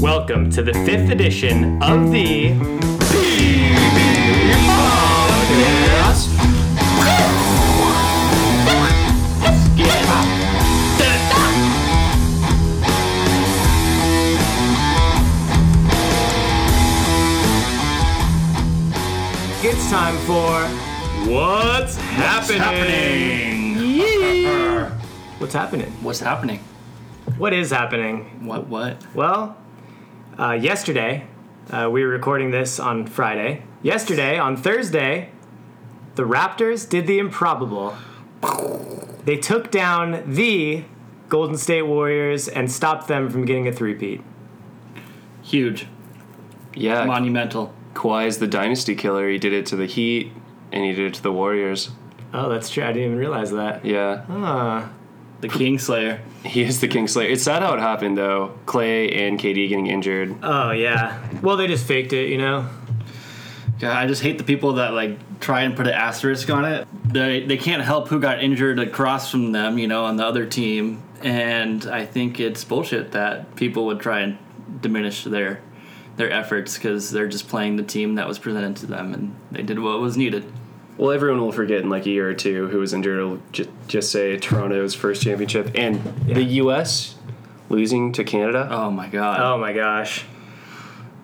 welcome to the fifth edition of the Podcast. It's time for What's happening? what's happening. What's happening? What is happening? What? What? Well, uh, yesterday uh, we were recording this on Friday. Yesterday on Thursday, the Raptors did the improbable. They took down the Golden State Warriors and stopped them from getting a threepeat. Huge. Yeah, Monumental. Kawhi is the dynasty killer. He did it to the Heat and he did it to the Warriors. Oh, that's true. I didn't even realize that. Yeah, Oh. Huh. The Kingslayer. he is the Kingslayer. It's sad how it happened though. Clay and KD getting injured. Uh, Oh yeah. Well, they just faked it, you know. God, I just hate the people that like try and put an asterisk on it. They they can't help who got injured across from them, you know, on the other team. And I think it's bullshit that people would try and diminish their their efforts because they're just playing the team that was presented to them, and they did what was needed. Well, everyone will forget in like a year or two who was injured. It'll ju- just say Toronto's first championship and the U.S. losing to Canada. Oh my god. Oh my gosh.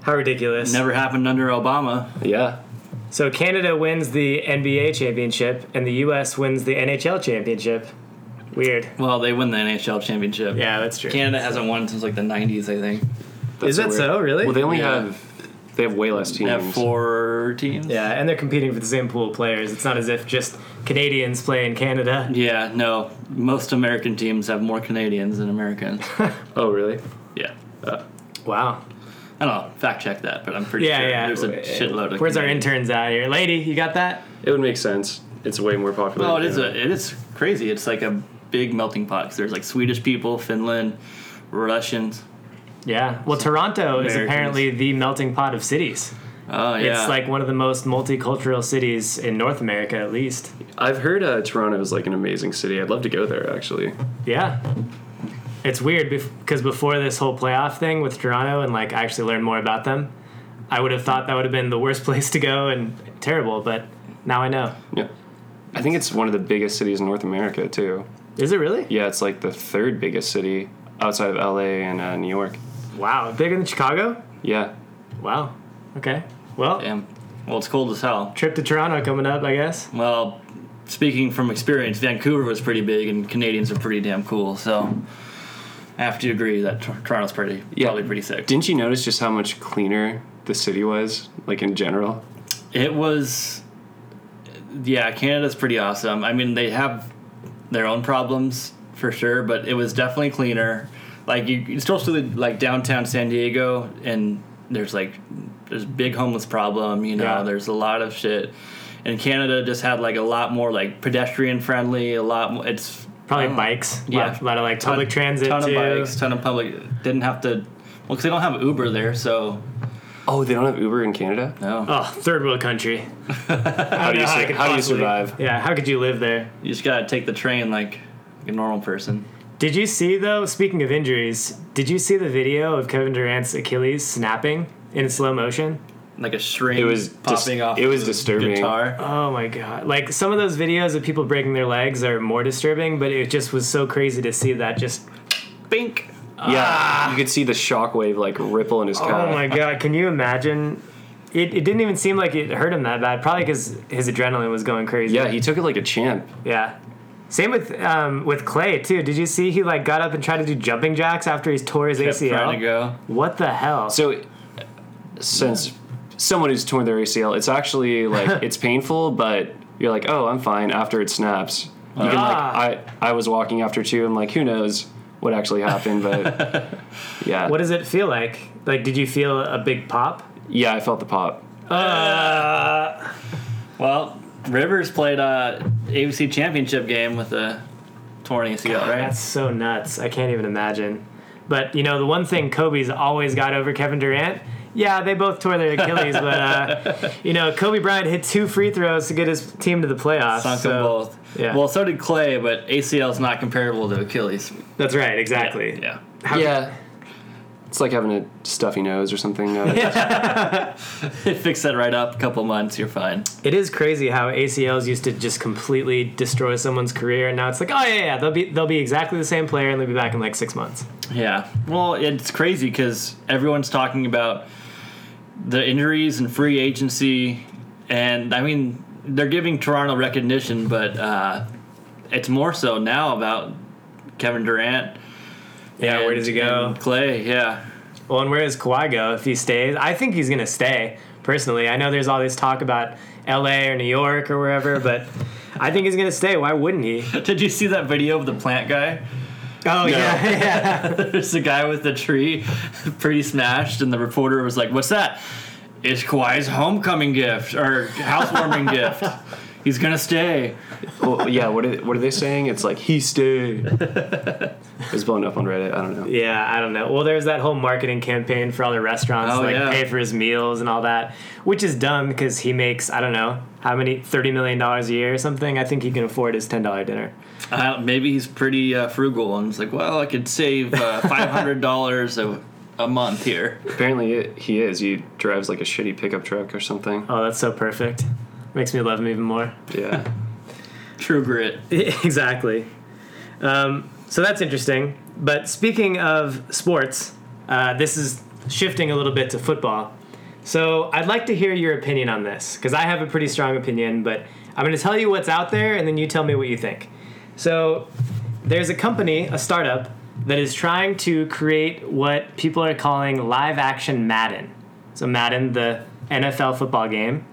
How ridiculous. Never happened under Obama. Yeah, So Canada wins the NBA championship and the US wins the NHL championship. Weird. Well, they win the NHL championship. Yeah, that's true. Canada hasn't won since like the 90s, I think. That's Is that weird. so? Really? Well, they only Yeah. have they have way less They teams. have four teams. yeah, and they're competing for the same pool of players. It's not as if just Canadians play in Canada. Yeah, no. Most American teams have more Canadians than Americans. Oh, really? yeah. Wow. I don't know. Fact check that, but I'm pretty Yeah, sure yeah. there's a shitload of. Where's our Canadians. interns out here? Lady, you got that? It would make sense. It's way more popular. Oh, it is. A, it is crazy. It's like a big melting pot. 'cause there's like Swedish people, Finland, Russians. Yeah. Well, Toronto is Americans. apparently the melting pot of cities. Oh yeah. It's like one of the most multicultural cities in North America, at least. I've heard uh, Toronto is like an amazing city. I'd love to go there actually. Yeah. It's weird because before this whole playoff thing with Toronto and like I actually learned more about them, I would have thought that would have been the worst place to go and terrible, but now I know. Yeah. I think it's one of the biggest cities in North America, too. Is it really? Yeah, it's like the third biggest city outside of LA and uh, New York. Wow. Bigger than Chicago? Yeah. Wow. Okay. Well, Damn. Well, it's cold as hell. trip to Toronto coming up, I guess. Well, speaking from experience, Vancouver was pretty big, and Canadians are pretty damn cool. So. I have to agree that Tor- Toronto's pretty, Yeah. probably pretty sick. Didn't you notice just how much cleaner the city was, like in general? It was, yeah, Canada's pretty awesome. I mean, they have their own problems for sure, but it was definitely cleaner. Like you, you still see like downtown San Diego, and there's like there's big homeless problem. You know, Yeah. there's a lot of shit. And Canada just had like a lot more like pedestrian friendly. A lot. More, it's Probably I don't know. bikes. Mm. Yeah. Lot, lot of like public Ton- transit Ton too. of bikes. Ton of public. Didn't have to. Well, 'cause they don't have Uber there, so Oh, they don't have Uber in Canada? no. Oh, third world country. How do know you, how I sur- could how do you possibly- survive? Yeah, how could you live there? You just gotta take the train like a normal person. Did you see though? Speaking of injuries, did you see the video of Kevin Durant's Achilles snapping in slow motion? like a string It was popping dis- off. it was of the disturbing. Guitar. Oh my god! Like some of those videos of people breaking their legs are more disturbing, but it just was so crazy to see that. Just Bink. Yeah. You could see the shockwave like ripple in his Ah. oh car. my god! Can you imagine? It, it didn't even seem like it hurt him that bad. Probably because his adrenaline was going crazy. Yeah, he took it like a champ. Yeah. Same with um, with Clay too. Did you see he like got up and tried to do jumping jacks after he tore his Kept trying to ACL? go. What the hell? So, uh, since someone who's torn their ACL, it's actually like it's painful, but you're like, oh, I'm fine after it snaps. You can like, Ah. I I was walking after two. I'm like, who knows what actually happened, but yeah, what does it feel like? Like, did you feel a big pop? yeah, I felt the pop. Uh, Well, Rivers played a ABC championship game with a torn ACL, Ah, right? That's so nuts. I can't even imagine. But you know, the one thing Kobe's always got over Kevin Durant. Yeah, they both tore their Achilles, but uh, you know, Kobe Bryant hit two free throws to get his team to the playoffs. Sunk so- them both. yeah. Well, so did Clay, but ACL is not comparable to Achilles. That's right, exactly. Yeah. How- yeah, It's like having a stuffy nose or something. Uh, Fix that right up. A couple months, you're fine. It is crazy how ACLs used to just completely destroy someone's career, and now it's like, oh yeah, yeah, they'll be they'll be exactly the same player, and they'll be back in like six months. Yeah. Well, it's crazy because everyone's talking about the injuries and free agency, and I mean they're giving Toronto recognition, but uh, it's more so now about Kevin Durant. Yeah, where does he go? Clay. Yeah. Well, and where does Kawhi go if he stays? I think he's going to stay, personally. I know there's all this talk about LA or New York or wherever, but I think he's going to stay. Why wouldn't he? Did you see that video of the plant guy? Oh, yeah, yeah. There's the guy with the tree, pretty smashed, and the reporter was like, "What's that? It's Kawhi's homecoming gift or housewarming gift. He's gonna stay." well, yeah. What are, what are they saying? It's like he stayed. it was blown up on Reddit. I don't know. Yeah, I don't know. Well, there's that whole marketing campaign for all the restaurants, Oh, like yeah. pay for his meals and all that, which is dumb because he makes, I don't know, how many, $30 million a year or something. I think he can afford his $10 dinner. Uh, maybe he's pretty uh, frugal and was like, "Well, I could save uh, five hundred dollars a a month here." Apparently, it, he is. He drives like a shitty pickup truck or something. Oh, that's so perfect. Makes me love him even more. Yeah. True grit. exactly. Um, so that's interesting. But speaking of sports, uh, this is shifting a little bit to football. So I'd like to hear your opinion on this because I have a pretty strong opinion, but I'm going to tell you what's out there and then you tell me what you think. So there's a company, a startup, that is trying to create what people are calling live action Madden. So Madden, the NFL football game.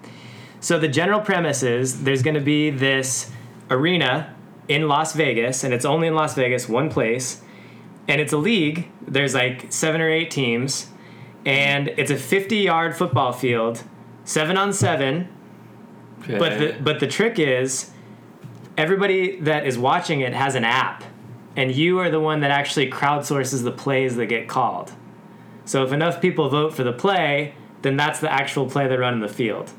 So the general premise is there's going to be this arena in Las Vegas, and it's only in Las Vegas, one place, and it's a league. There's like seven or eight teams, and it's a 50-yard football field, seven on seven. But the, but the trick is, everybody that is watching it has an app, and you are the one that actually crowdsources the plays that get called. So if enough people vote for the play, then that's the actual play they run in the field.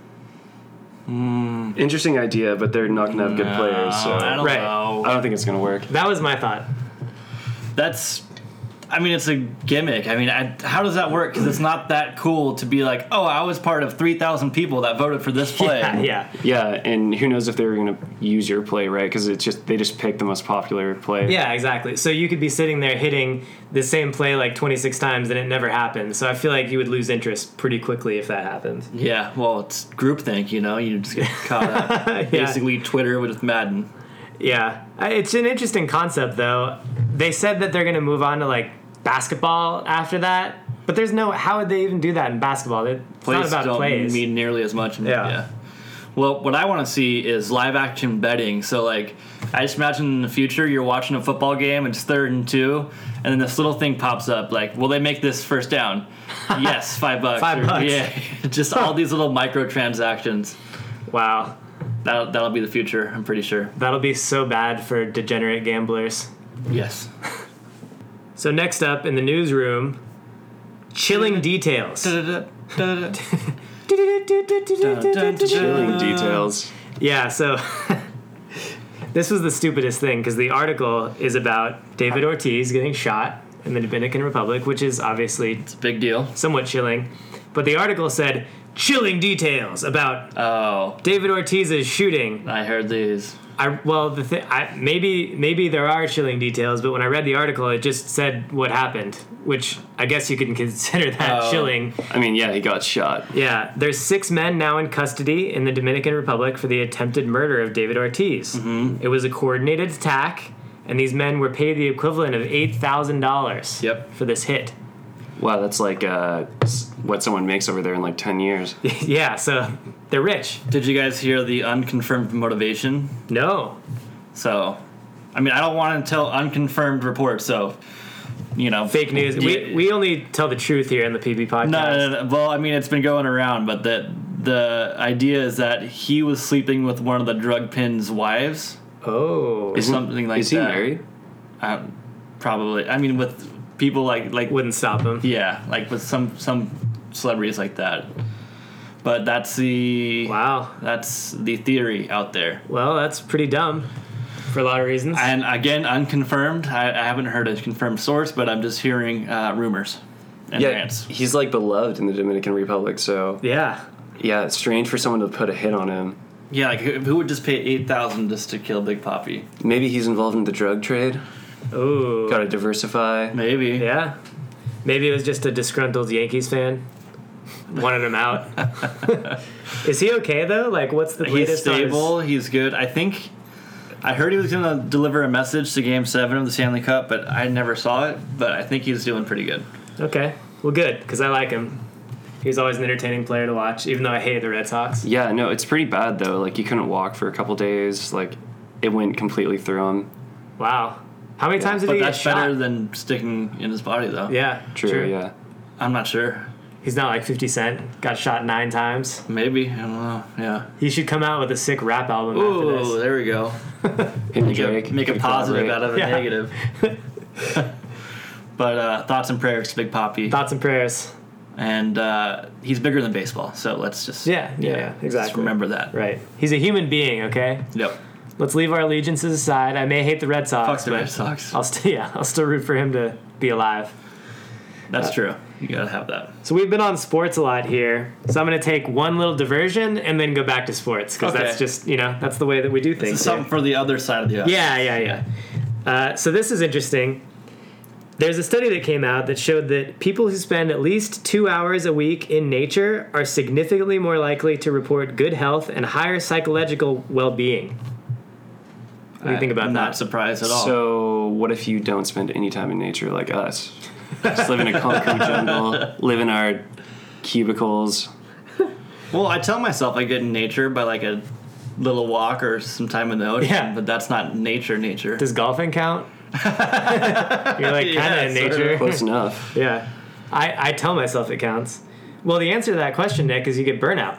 Interesting idea, but they're not gonna have good players. So Uh, I don't Right. know. I don't think it's gonna work. That was my thought. That's. I mean, it's a gimmick. I mean, I, how does that work? Because it's not that cool to be like, "Oh, I was part of three thousand people that voted for this play." Yeah, yeah. Yeah, and who knows if they were gonna use your play, right? Because it's just they just pick the most popular play. Yeah, exactly. So you could be sitting there hitting the same play like 26 times and it never happens. So I feel like you would lose interest pretty quickly if that happened. Yeah, well, it's groupthink, you know. You just get caught up. Basically, Twitter with Madden. Yeah. I- It's an interesting concept though. They said that they're going to move on to like basketball after that, but there's no how would they even do that in basketball? It's Plays not about don't plays. mean nearly as much. in- Yeah. Well, what I want to see is live action betting. So, like, I just imagine in the future you're watching a football game, it's third and two, and then this little thing pops up like, will they make this first down? yes, five bucks. Five bucks. Yeah. just all these little microtransactions. wow. That'll, that'll be the future, I'm pretty sure. That'll be so bad for degenerate gamblers. Yes. So next up in the newsroom, chilling details. Chilling details. Yeah, so this was the stupidest thing because the article is about David Ortiz getting shot in the Dominican Republic, which is obviously it's a big deal. somewhat chilling. But the article said chilling details about Oh, David Ortiz's shooting. I heard these. I well, the thi- I, maybe maybe there are chilling details, but when I read the article, it just said what happened, which I guess you can consider that Oh. chilling. I mean, yeah, he got shot. Yeah, there's six men now in custody in the Dominican Republic for the attempted murder of David Ortiz. Mm-hmm. It was a coordinated attack, and these men were paid the equivalent of eight thousand dollars. Yep. For this hit. Wow, that's like uh, s- what someone makes over there in like ten years. yeah, so they're rich. Did you guys hear the unconfirmed motivation? No. So, I mean, I don't want to tell unconfirmed reports. So, you know, Fake news. We, Yeah. we only tell the truth here in the PB podcast. No, no, no, no. Well, I mean, it's been going around, but the the idea is that he was sleeping with one of the drug pin's wives. Oh. Isn't- Something like is he that. married? Uh, probably. I mean, with people like like Wouldn't stop him. yeah, like with some some celebrities like that. But that's the Wow. that's the theory out there. Well, that's pretty dumb for a lot of reasons. And again, unconfirmed. I, I haven't heard a confirmed source, but I'm just hearing uh, rumors. and Yeah, Rants. he's like beloved in the Dominican Republic, so Yeah. yeah, it's strange for someone to put a hit on him. Yeah, like who, who would just pay eight thousand just to kill Big Poppy? Maybe he's involved in the drug trade. Ooh. Got to diversify. Maybe. Yeah. Maybe it was just a disgruntled Yankees fan. Wanted him out. Is he okay though? Like, what's the He's latest? on his- stable. He's good. I think. I heard he was going to deliver a message to Game Seven of the Stanley Cup, but I never saw it. But I think he's doing pretty good. Okay. Well, good because I like him. He was always an entertaining player to watch, even though I hated the Red Sox. Yeah, no, it's pretty bad though. Like you couldn't walk for a couple days. Like it went completely through him. Wow. How many times did But he that's get shot? better than sticking in his body, though. yeah. True, yeah. I'm not sure. He's not like 50 Cent. Got shot nine times. Maybe I don't know. Yeah. He should come out with a sick rap album Ooh, after there we go. Him and Make a- Drake make a could positive collaborate. out of a Yeah. negative. but uh, thoughts and prayers to Big Poppy, this. Thoughts and prayers. and uh, he's bigger than baseball. So let's just Yeah. Yeah. yeah, just exactly. remember that. Right. He's a human being. Okay. Yep. Let's leave our allegiances aside. I may hate the Red Sox, Fuck the but Red Sox. I'll still yeah, I'll still root for him to be alive. Uh, That's true. You gotta have that. So we've been on sports a lot here. So I'm going to take one little diversion and then go back to sports because Okay. that's just you know that's the way that we do things. It's here. something for the other side of the aisle. Yeah, yeah, yeah. Uh, so this is interesting. There's a study that came out that showed that people who spend at least two hours a week in nature are significantly more likely to report good health and higher psychological well-being. What do you think about I'm that? Uh, not surprised at all. So what if you don't spend any time in nature like us? Just live in a concrete jungle, live in our cubicles. well, I tell myself I get in nature by like a little walk or some time in the ocean, Yeah. but that's not nature. Nature. Does golfing count? You're like kind of Yeah, in sort of. nature. Close enough. Yeah. I, I tell myself it counts. Well, the answer to that question, Nick, is you get burnout.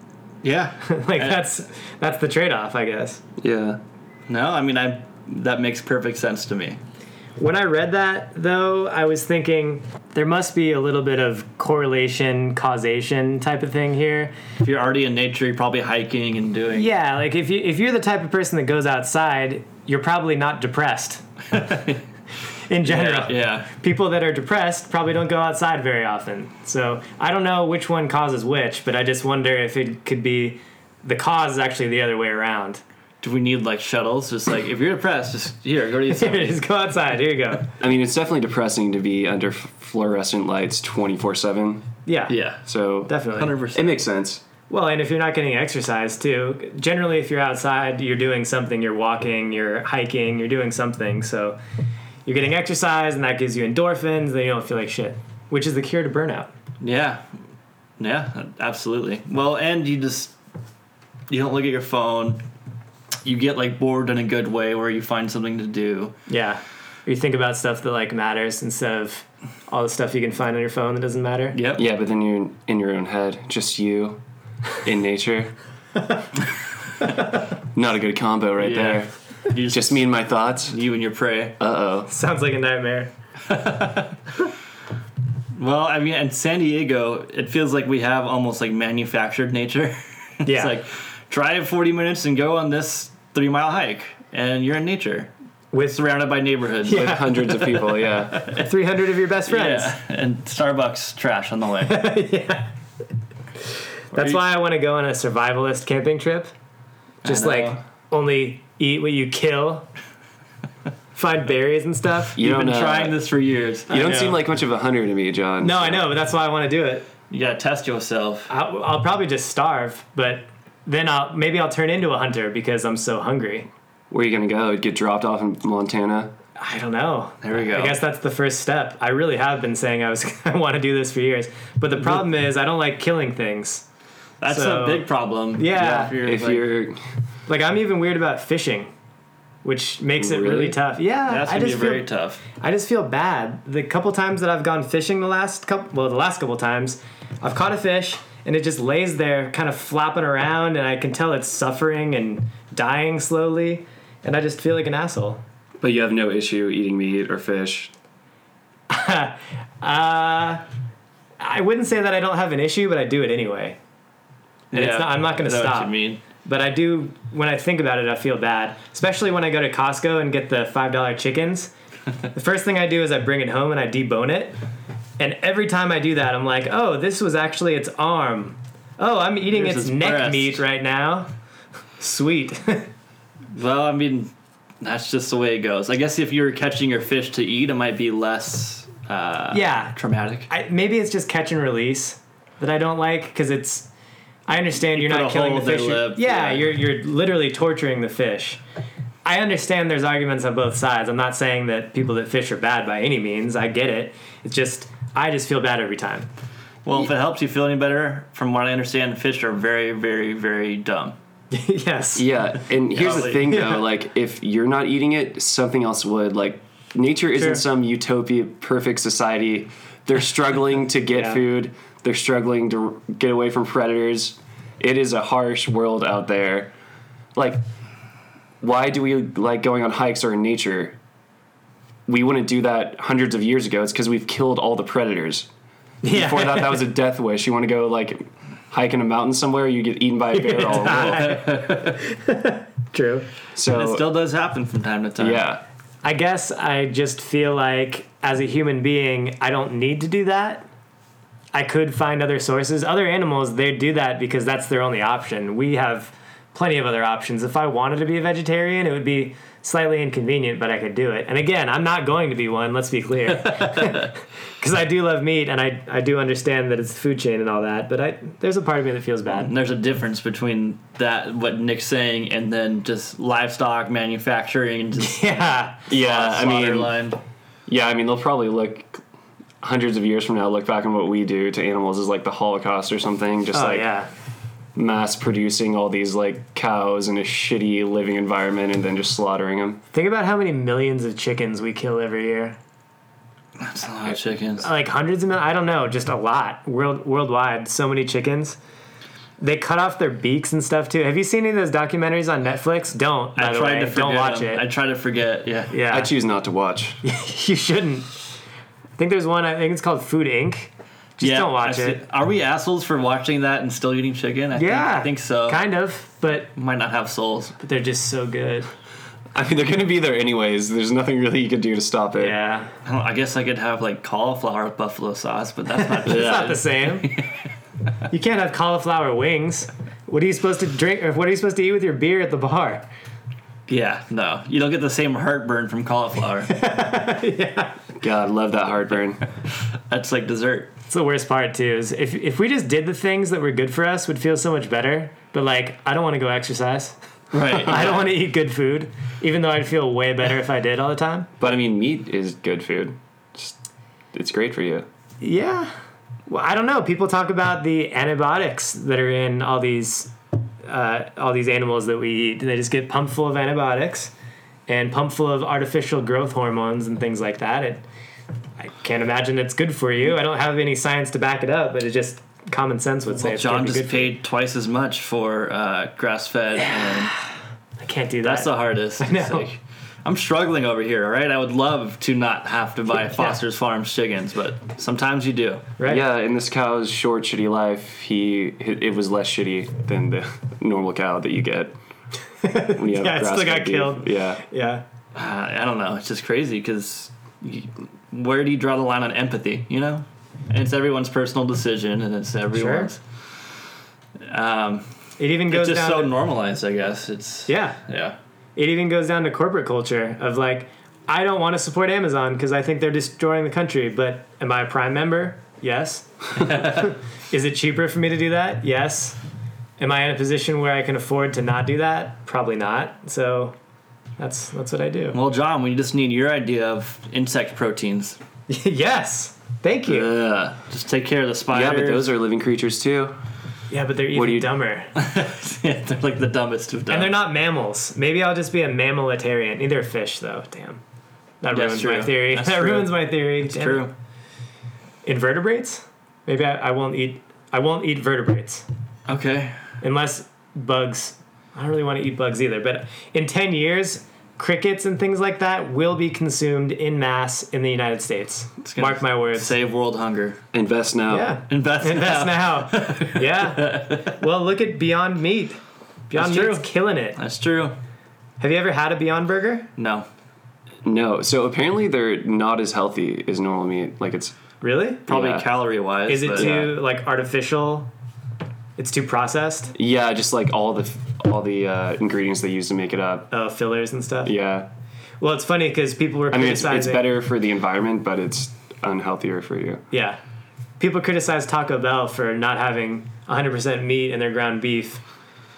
yeah. Like that's that's the trade-off, I guess. Yeah. no, I mean I. That makes perfect sense to me. When I read that, though, I was thinking there must be a little bit of correlation, causation type of thing here. If you're already in nature, you're probably hiking and doing. Yeah, like if you if you're the type of person that goes outside, you're probably not depressed. In general, Yeah. yeah. people that are depressed probably don't go outside very often. So I don't know which one causes which, but I just wonder if it could be the cause is actually the other way around. Do we need like shuttles? Just like if you're depressed, just here, go to Yosemite. just go outside. Here you go. I mean, it's definitely depressing to be under f- fluorescent lights 24 7. Yeah. yeah, So Definitely. hundred it percent. makes sense. Well, and if you're not getting exercise too, generally if you're outside, you're doing something, you're walking, you're hiking, you're doing something. So you're getting exercise and that gives you endorphins, then you don't feel like shit, which is the cure to burnout. Yeah, yeah, absolutely. Well, and you just you don't look at your phone. You get like bored in a good way, where you find something to do. Yeah. Or you think about stuff that like matters instead of all the stuff you can find on your phone that doesn't matter. Yep. Yeah, but then you're in your own head, just you in nature. Not a good combo right Yeah. there. You just, Just me and my thoughts. you and your prey. Uh oh. Sounds like a nightmare. Well, I mean, in San Diego, it feels like we have almost like manufactured nature. it's Yeah. like drive 40 minutes and go on this three mile hike, and you're in nature, With surrounded by neighborhoods. Yeah. Hundreds of people, yeah. 300 of your best friends. Yeah, and Starbucks trash on the way. That's you- why I want to go on a survivalist camping trip. Just know. like only eat what you kill, find berries and stuff. You You've don't, been uh, trying this for years. you You, don't know. seem like much of a hunter to me, John. No, I know, but that's why I want to do it. gotta test yourself. I'll, I'll probably just starve, but then I'll maybe I'll turn into a hunter because I'm so hungry. Where are you going to go? Get dropped off in Montana? I don't know. There we go. I guess that's the first step. I really have been saying I was I want to do this for years, but the problem is I don't like killing things. That's so- a big problem. Yeah. if you're, if like- you're. Like I'm even weird about fishing, which makes it really Really? tough. Yeah, that's I gonna be just feel very tough. I just feel bad. The couple times that I've gone fishing the last couple, well, the last couple times, I've caught a fish and it just lays there kind of flapping around and I can tell it's suffering and dying slowly and I just feel like an asshole. But you have no issue eating meat or fish. Uh, I wouldn't say that I don't have an issue, but I do it anyway. And it's not, I'm not going I to know what stop. you mean. But I do, when I think about it, I feel bad. Especially when I go to Costco and get the $5 chickens. the first thing I do is I bring it home and I debone it. And every time I do that, I'm like, oh, this was actually its arm. Oh, I'm eating Here's its its neck breast. meat right now. Sweet. Well, I mean, that's just the way it goes. I guess if you're catching your fish to eat, it might be less uh, yeah. traumatic. I, maybe it's just catch and release that I don't like because it's. I understand you are put not a killing hole the in their fish. you're- lip, yeah, yeah. you're you're literally torturing the fish. I understand there's arguments on both sides. I'm not saying that people that fish are bad by any means. I get it. It's just I just feel bad every time. Well, if it helps you feel any better, from what I understand, fish are very, very, very dumb. yes. E- Yeah, and here's the Golly. thing though, Yeah. like if you're not eating it, something else would. Like nature Sure. isn't some utopia perfect society. They're struggling to get Yeah. food. They're struggling to r- get away from predators. It is a harsh world out there. Like why do we like going on hikes or in nature? We wouldn't do that hundreds of years ago. It's because we've killed all the predators. Yeah. Before that, that was a death wish. You want to go like hike in a mountain somewhere, you get eaten by a bear. all day. True. So It still does happen from time to time. yeah. I guess I just feel like as a human being, I don't need to do that. I could find other sources. Other animals, they do that because that's their only option. We have plenty of other options. If I wanted to be a vegetarian, it would be slightly inconvenient, but I could do it. And again, I'm not going to be one, let's be clear. Because I do love meat and I, I do understand that it's the food chain and all that, but I, there's a part of me that feels bad. And there's a difference between that, what Nick's saying, and then just livestock manufacturing and just Yeah. Yeah, I slaughter mean, line. yeah, I mean, they'll probably look hundreds of years from now look back on what we do to animals as like the Holocaust or something, just Oh, like yeah. mass producing all these like cows in a shitty living environment and then just slaughtering them. Think about how many millions of chickens we kill every year. That's a lot of chickens. like hundreds of mil- I don't know, just a lot world worldwide. So many chickens. They cut off their beaks and stuff too. Have you seen any of those documentaries on Netflix? Don't. By I the tried way, to forget don't watch them. it. I tried to forget. Yeah. yeah, I choose not to watch. you shouldn't. I think there's one. I think it's called Food Inc. Just Yeah, don't I watch see- it. Are we assholes for watching that and still eating chicken? I Yeah, think, I think so. Kind of, but Might not have souls. but they're just so good. I mean, they're gonna be there anyways. There's nothing really you can do to stop it. Yeah, I don't- I guess I could have like cauliflower with buffalo sauce, but that's not it's not Yeah. the same. you can't have cauliflower wings. What are you supposed to drink? Or what are you supposed to eat with your beer at the bar? Yeah, no. You don't get the same heartburn from cauliflower. God, love that heartburn. That's like dessert. It's the worst part too. Is if if we just did the things that were good for us, would feel so much better. But like, I don't want to go exercise. Right. I don't want to eat good food, even though I'd feel way better if I did all the time. But I mean, meat is good food. Just, it's great for you. Yeah. Well, I don't know. People talk about the antibiotics that are in all these uh, all these animals that we eat. They just get pumped full of antibiotics and pumped full of artificial growth hormones and things like that. It, I can't imagine it's good for you. I don't have any science to back it up, but it just common sense would say it's John can't be just good. paid twice as much for uh, grass fed, and I can't do that. that's the hardest. I know. I'm struggling over here, all right? I would love to not have to buy Foster's Farms chickens, but sometimes you do. Right. Yeah, in this cow's short, shitty life, he it was less shitty than the normal cow that you get. When you have Yeah, it still grass-fed got beef. killed. Yeah, Yeah. Uh, I don't know. It's just crazy because where do you draw the line on empathy, you know? And it's everyone's personal decision, and it's everyone's. Um, It even it's goes just down. so to, normalized, I guess. It's yeah. yeah. It even goes down to corporate culture of like, I don't want to support Amazon because I think they're destroying the country. But am I a Prime member? Yes. Is it cheaper for me to do that? Yes. Am I in a position where I can afford to not do that? Probably not. So, that's that's what I do. Well, John, we just need your idea of insect proteins. yes. Thank you. Ugh. Just take care of the spiders. yeah, but those are living creatures too. yeah, but they're even do you- dumber. Yeah, they're like the dumbest of dumb. And they're not mammals. Maybe I'll just be a mammalitarian. Either fish, though. Damn. That That's ruins my true. theory. That's that true. ruins my theory. Damn it. true. Invertebrates? Maybe I, I won't eat. I won't eat vertebrates Okay. unless bugs. I don't really want to eat bugs either. But in ten years, crickets and things like that will be consumed in mass in the United States. gonna Mark my words. Save world hunger. Invest now. yeah. Invest. Invest now. now. yeah. Well, look at Beyond Meat. Beyond That's true. Meat's killing it. That's true. Have you ever had a Beyond Burger? No. No, so apparently they're not as healthy as normal meat. Like it's Really? Probably Yeah. calorie wise. Is it but- too uh, like artificial? It's too processed. yeah, just like all the all the uh, ingredients they use to make it up. Oh, fillers and stuff. Yeah, Well, it's funny because people were I mean it's criticizing. it's better for the environment, but it's unhealthier for you. Yeah, people criticize Taco Bell for not having 100% meat in their ground beef,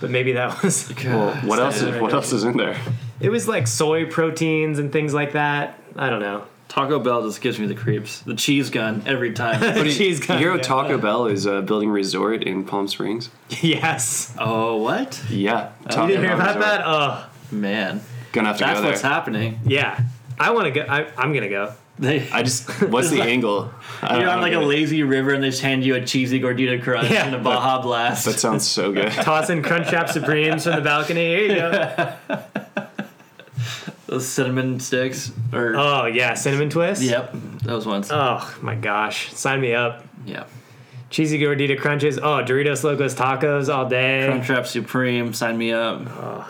but maybe that was. Well, what else? Is, right. what else is in there? It was like soy proteins and things like that. I don't know. Taco Bell just gives me the creeps. The cheese gun every time. Cheese gun. Hero yeah. Taco Bell is uh, building resort in Palm Springs. Yes. oh, what? Yeah, Taco You didn't hear Bell about resort. that? Oh, Man, Gonna have to that's go there. what's happening. yeah. I want to go. I, I'm gonna go. They, I just what's the angle? Um, I don't you're on know. like a lazy river and they just hand you a cheesy gordita crunch Yeah. and a Baja Blast. That sounds so good. Toss in Crunchwrap Supremes from the balcony. Here you go. Those cinnamon sticks. Or Oh yeah, cinnamon twist. yep, those ones. Oh my gosh, sign me up. yeah. Cheesy gordita crunches. Oh, Doritos Locos Tacos all day. Crunchwrap Supreme, sign me up.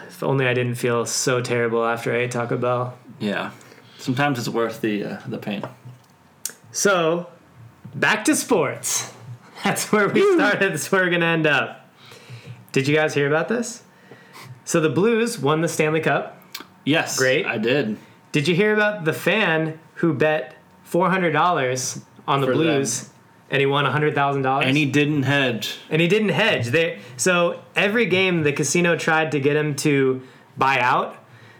If only I didn't feel so terrible after I ate Taco Bell. Yeah. Sometimes it's worth the uh, the pain. So, back to sports. That's where we started. That's where we're gonna end up. Did you guys hear about this? So the Blues won the Stanley Cup. Yes. Great. I did. Did you hear about the fan who bet four hundred dollars on the For them. Blues, and he won hundred thousand dollars? And he didn't hedge. and he didn't hedge. They so every game the casino tried to get him to buy out.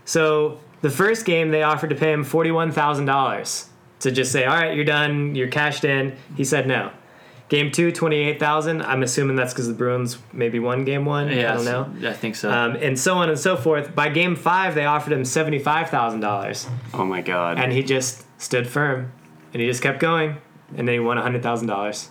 So the first game they offered to pay him forty one thousand dollars to just say, "All right, you're done. You're cashed in." He said no. Game two, 28,000. I'm assuming that's because the Bruins maybe won game one. Yeah. I don't know. I Uh, think so. Um, and so on and so forth. By game five, they offered him $75,000. Oh my god. And he just stood firm. And he just kept going. And then he won $100,000.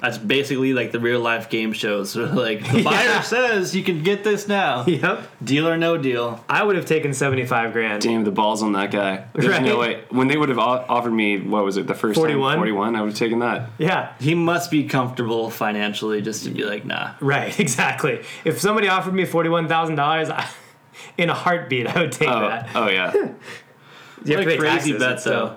That's basically like the real life game shows. like the buyer Yeah. says you can get this now. Yep. Deal or no deal. I would have taken 75 grand. Damn the balls on that guy. There's no Right? way. When they would have o- offered me what was it the first 41? time forty one, I would have taken that. Yeah. He must be comfortable financially just to be like, nah. Right, exactly. If somebody offered me forty-one thousand dollars, in a heartbeat, I would take Oh, that. oh yeah. You What have a to pay crazy taxes bet and though.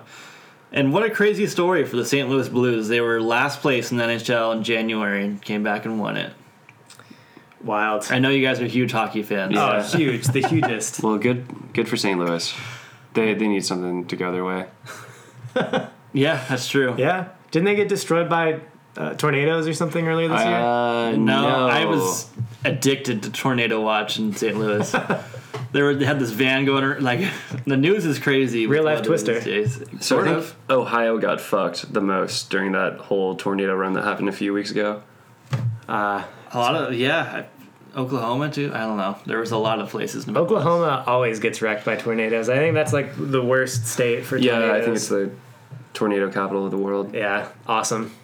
And what a crazy story for the St. Louis Blues. They were last place in the NHL in January and came back and won it. stuff. Wild. I know you guys are huge hockey fans. Oh, huge, the hugest. Well, good good for St. Louis. They they need something to go their way. Yeah, that's true. Yeah. Didn't they get destroyed by uh, tornadoes or something earlier this year? Uh, No, no, I was addicted to tornado watch in St. Louis. they were they had this van going ar- like the news is crazy. with Real life what it is Twister. these days. So Sort I of. think Ohio got fucked the most during that whole tornado run that happened a few weeks ago. A lot of yeah, I- Oklahoma too. I don't know. There was a lot of places. in- Oklahoma always gets wrecked by tornadoes. I think that's like the worst state for Yeah, tornadoes. I think it's the tornado capital of the world. yeah, awesome.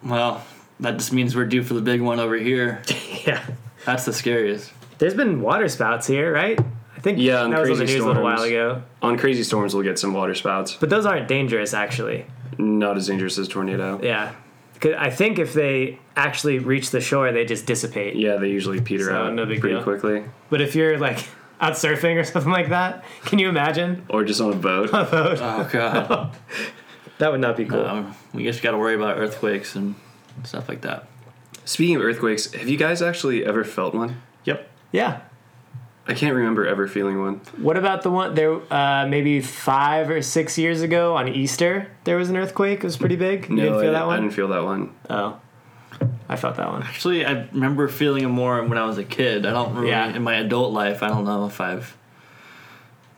Well, that just means we're due for the big one over here. Yeah. That's the scariest. There's been water spouts here, right? I think Yeah, and that was on the news crazy a little storms. while ago. On crazy storms, we'll get some water spouts. But those aren't dangerous, actually. Not as dangerous as tornado. Yeah. 'Cause I think if they actually reach the shore, they just dissipate. Yeah, they usually peter So, out no big pretty deal. quickly. But if you're like out surfing or something like that, can you imagine? Or just on a boat. Oh god. That would not be cool. um, we just got to worry about earthquakes and stuff like that. Speaking of earthquakes, have you guys actually ever felt one? Yep. Yeah. I can't remember ever feeling one. What about the one there? Uh, maybe five or six years ago on Easter, there was an earthquake. It was pretty big. you didn't I, feel that I one. didn't feel that one. oh, I felt that one. Actually, I remember feeling it more when I was a kid. I don't really, Yeah. in my adult life, I don't know if I've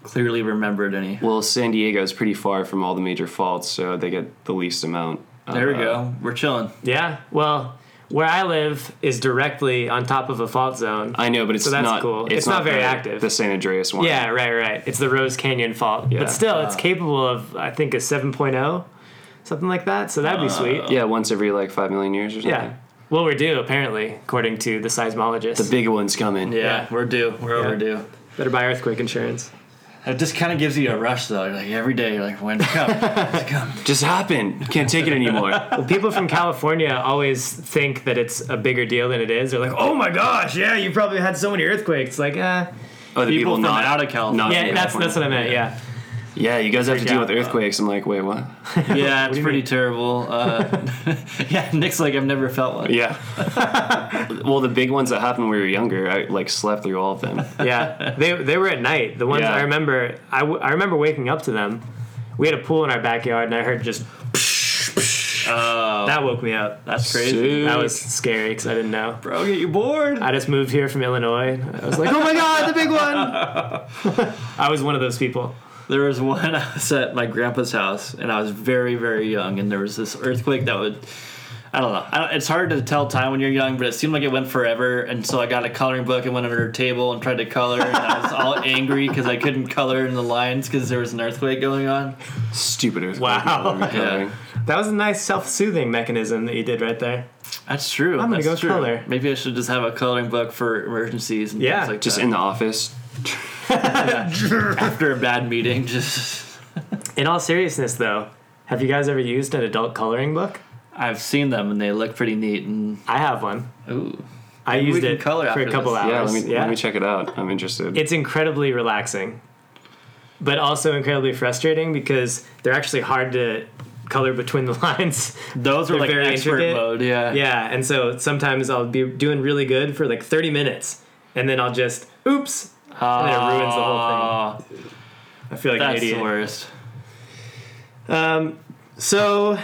clearly remembered any. Well, San Diego is pretty far from all the major faults, so they get the least amount. There we Uh, go. We're chilling. Yeah. Well, where I live is directly on top of a fault zone. I know, but it's So that's not cool. It's not very the- active. The San Andreas one. yeah. Right. Right. It's the Rose Canyon fault. Yeah. But still, it's capable of I think a 7.0, something like that. So that'd be sweet. Yeah, once every like five million years or something. Yeah. Um, Well, we're due apparently, according to the seismologist. The big one's coming. Yeah, we're due. We're overdue. Better buy earthquake insurance. It just kind of gives you a rush though. You're like every day, you're like, when's it come? Just happened. Can't take it anymore. Well, people from California always think that it's a bigger deal than it is. They're like, "Oh my gosh, yeah, you probably had so many earthquakes." Like, uh, Oh, the People people, from not out of California. not yeah, from that's that's what I meant. Yeah. Yeah, you guys have to Freak deal out. with earthquakes. I'm like, wait, what? Yeah, it's pretty terrible. Uh, yeah, Nick's like I've never felt one. Yeah. well, the big ones that happened when we were younger, I like slept through all of them. yeah, they they were at night. The ones Yeah. I remember, I, w- I remember waking up to them. We had a pool in our backyard, and I heard just Oh, that woke me up. that's crazy. Sick. That was scary because I didn't know. Bro, get you bored. I just moved here from Illinois. and I was like, oh my god, the big one! I was one of those people. There was one I was at my grandpa's house, and I was very, very young, and there was this earthquake that would. I don't know. I don't, it's hard to tell time when you're young, but it seemed like it went forever. And so I got a coloring book and went under her table and tried to color. And I was all angry because I couldn't color in the lines because there was an earthquake going on. Stupid earthquake. Wow. I'm recovering. Yeah. That was a nice self-soothing mechanism that you did right there. That's true. I'm gonna that's go true. color. Maybe I should just have a coloring book for emergencies and Yeah, things like Just that. in the office. after a bad meeting, just In all seriousness, though, have you guys ever used an adult coloring book? I've seen them and they look pretty neat and I have one. ooh. I we used can it color for after a couple this. Yeah, hours. let me, let me check it out. I'm interested. it's incredibly relaxing, but also incredibly frustrating because they're actually hard to color between the lines. Those were They're like very expert intricate. mode, yeah. yeah, and so sometimes I'll be doing really good for like 30 minutes, and then I'll just oops, and it ruins the whole Aw, thing. I feel like an Ah, That's idiot. the worst. Um, so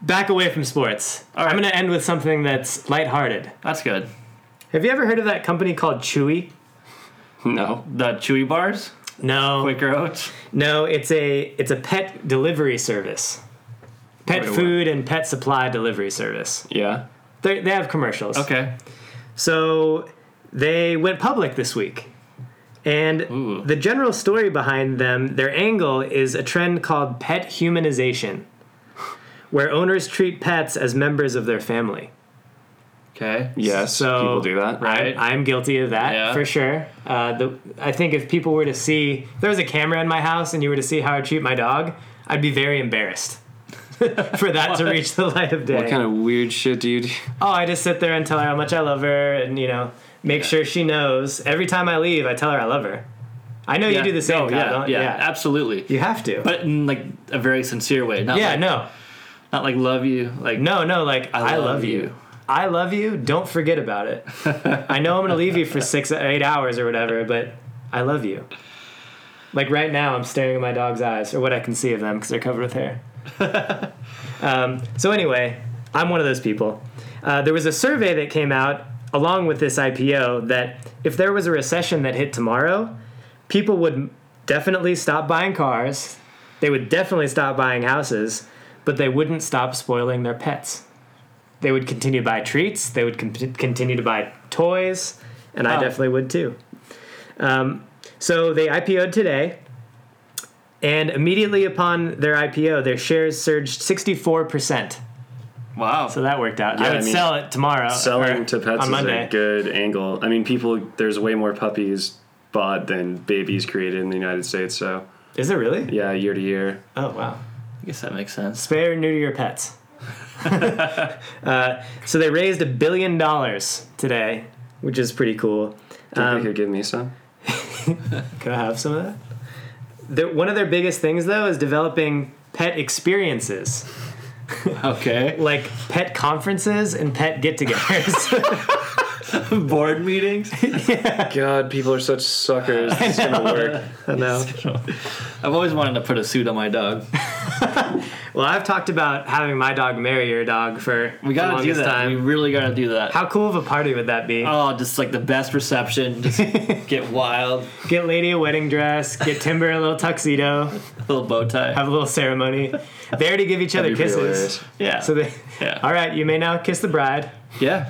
back away from sports. All right. I'm going to end with something that's lighthearted. That's good. Have you ever heard of that company called Chewy? no. The chewy bars, No. Quaker Oats. No, it's a it's a pet delivery service. Pet Wait, what? food and pet supply delivery service. Yeah. They they have commercials. Okay. So they went public this week. And Ooh. the general story behind them, their angle is a trend called pet humanization, where owners treat pets as members of their family. Okay. Yes. So- people do that. Right. I, am guilty of that Yeah. for sure. Uh, the, I think if people were to see, if there was a camera in my house and you were to see how I treat my dog, I'd be very embarrassed for that to reach the light of day. What kind of weird shit do you do? oh, I just sit there and tell her how much I love her and, you know, make sure she knows. Every time I leave, I tell her I love her. I know you do the same, No, Kyle, Oh, yeah, don't- yeah, absolutely. You have to. But in like a very sincere way. Not yeah, like, no. Not like love you. Like No, no, like, I love, you. I love you. Don't forget about it. I know I'm going to leave you for six or eight hours or whatever, but I love you. Like right now, I'm staring at my dog's eyes, or what I can see of them because they're covered with hair. um, so, anyway, I'm one of those people. Uh, there was a survey that came out along with this IPO that if there was a recession that hit tomorrow, people would definitely stop buying cars, they would definitely stop buying houses, but they wouldn't stop spoiling their pets they would continue to buy treats. They would con- continue to buy toys, and I Oh. definitely would too. Um, so they IPO'd today, and immediately upon their IPO, their shares surged 64%. Wow. So that worked out. Yeah, I would I mean, sell it tomorrow. or Selling to pets on Monday. is a good angle. I mean, people, there's way more puppies bought than babies created in the United States. So, Is it really? yeah, year to year. Oh, wow. I guess that makes sense. Spay or neuter your pets. uh, so they raised a billion dollars today, which is pretty cool. Um, Think they could give me some? Can I have some of that? Their- one of their biggest things, though, is developing pet experiences. Okay. like pet conferences and pet get-togethers. Board meetings. God, people are such suckers. It's gonna work. I know. I've always wanted to put a suit on my dog. Well, I've talked about having my dog marry your dog for We the gotta do longest that. time. We really gotta do that. How cool of a party would that be? Oh, just like the best reception. Just get wild. Get Lady a wedding dress, get Timber a little tuxedo, Little bow tie. have a little ceremony. They already give each other That'd be pretty kisses. hilarious. yeah. So they, Yeah. all right, you may now kiss the bride. yeah.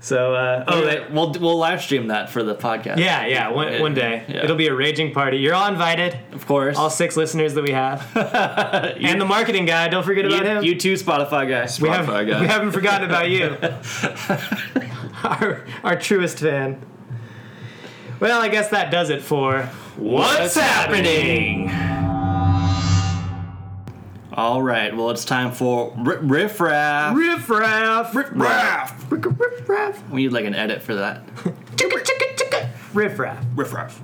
So, uh, oh, Oh, they, we'll we'll live stream that for the podcast. yeah, yeah, one, one day. Yeah. It'll be a raging party. You're all invited, Of course. all six listeners that we have. and the marketing guy, don't forget about you, him. you too, Spotify guys. We, have, Spotify guy. we haven't forgotten about you. our, our truest fan. Well, I guess that does it for. What's happening? All right. Well, it's time for ri- riff raff. Riff raff! Riff raff. Riff raff! We need like an edit for that. Riff raff. Riff raff.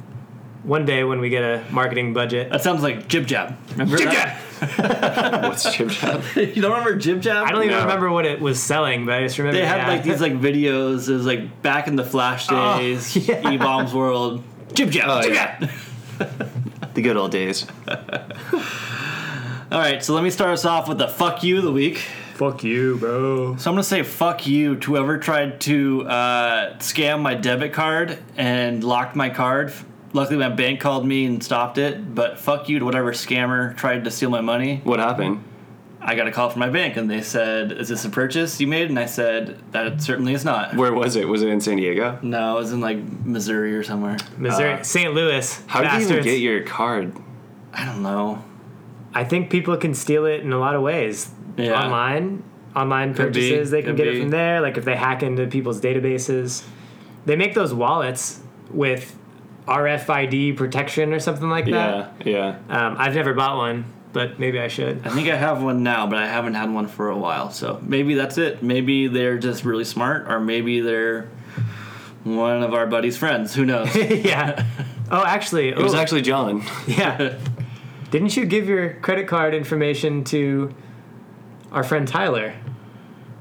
one day when we get a marketing budget. That sounds like Jib Jab. Remember Jib that? Jab! What's Jib Jab? you don't remember Jib Jab? I don't even No. remember what it was selling, but I just remember They yeah. had like these like videos. It was like back in the Flash Oh, days, yeah. E Bombs World. Jib Jab. Oh, Jib yeah. Jab! The good old days. All right, so let me start us off with the fuck you of the week. Fuck you, bro. So I'm gonna say fuck you to whoever tried to uh, scam my debit card and locked my card. Luckily, my bank called me and stopped it. But fuck you to whatever scammer tried to steal my money. What happened? I got a call from my bank and they said, "Is this a purchase you made?" And I said, "That certainly is not." Where was it? Was it in San Diego? No, it was in like Missouri or somewhere. Missouri, Uh, St. Louis. How did you even bastards. get your card? I don't know. I think people can steal it in a lot of ways. Yeah. Online, online Could be, purchases, they can could get be. it from there. Like if they hack into people's databases, they make those wallets with RFID protection or something like that. Yeah, yeah. Um, I've never bought one, but maybe I should. I think I have one now, but I haven't had one for a while. So maybe that's it. Maybe they're just really smart, or maybe they're one of our buddy's friends. Who knows? yeah. Oh, actually, It was ooh, actually John. yeah. Didn't you give your credit card information to our friend Tyler,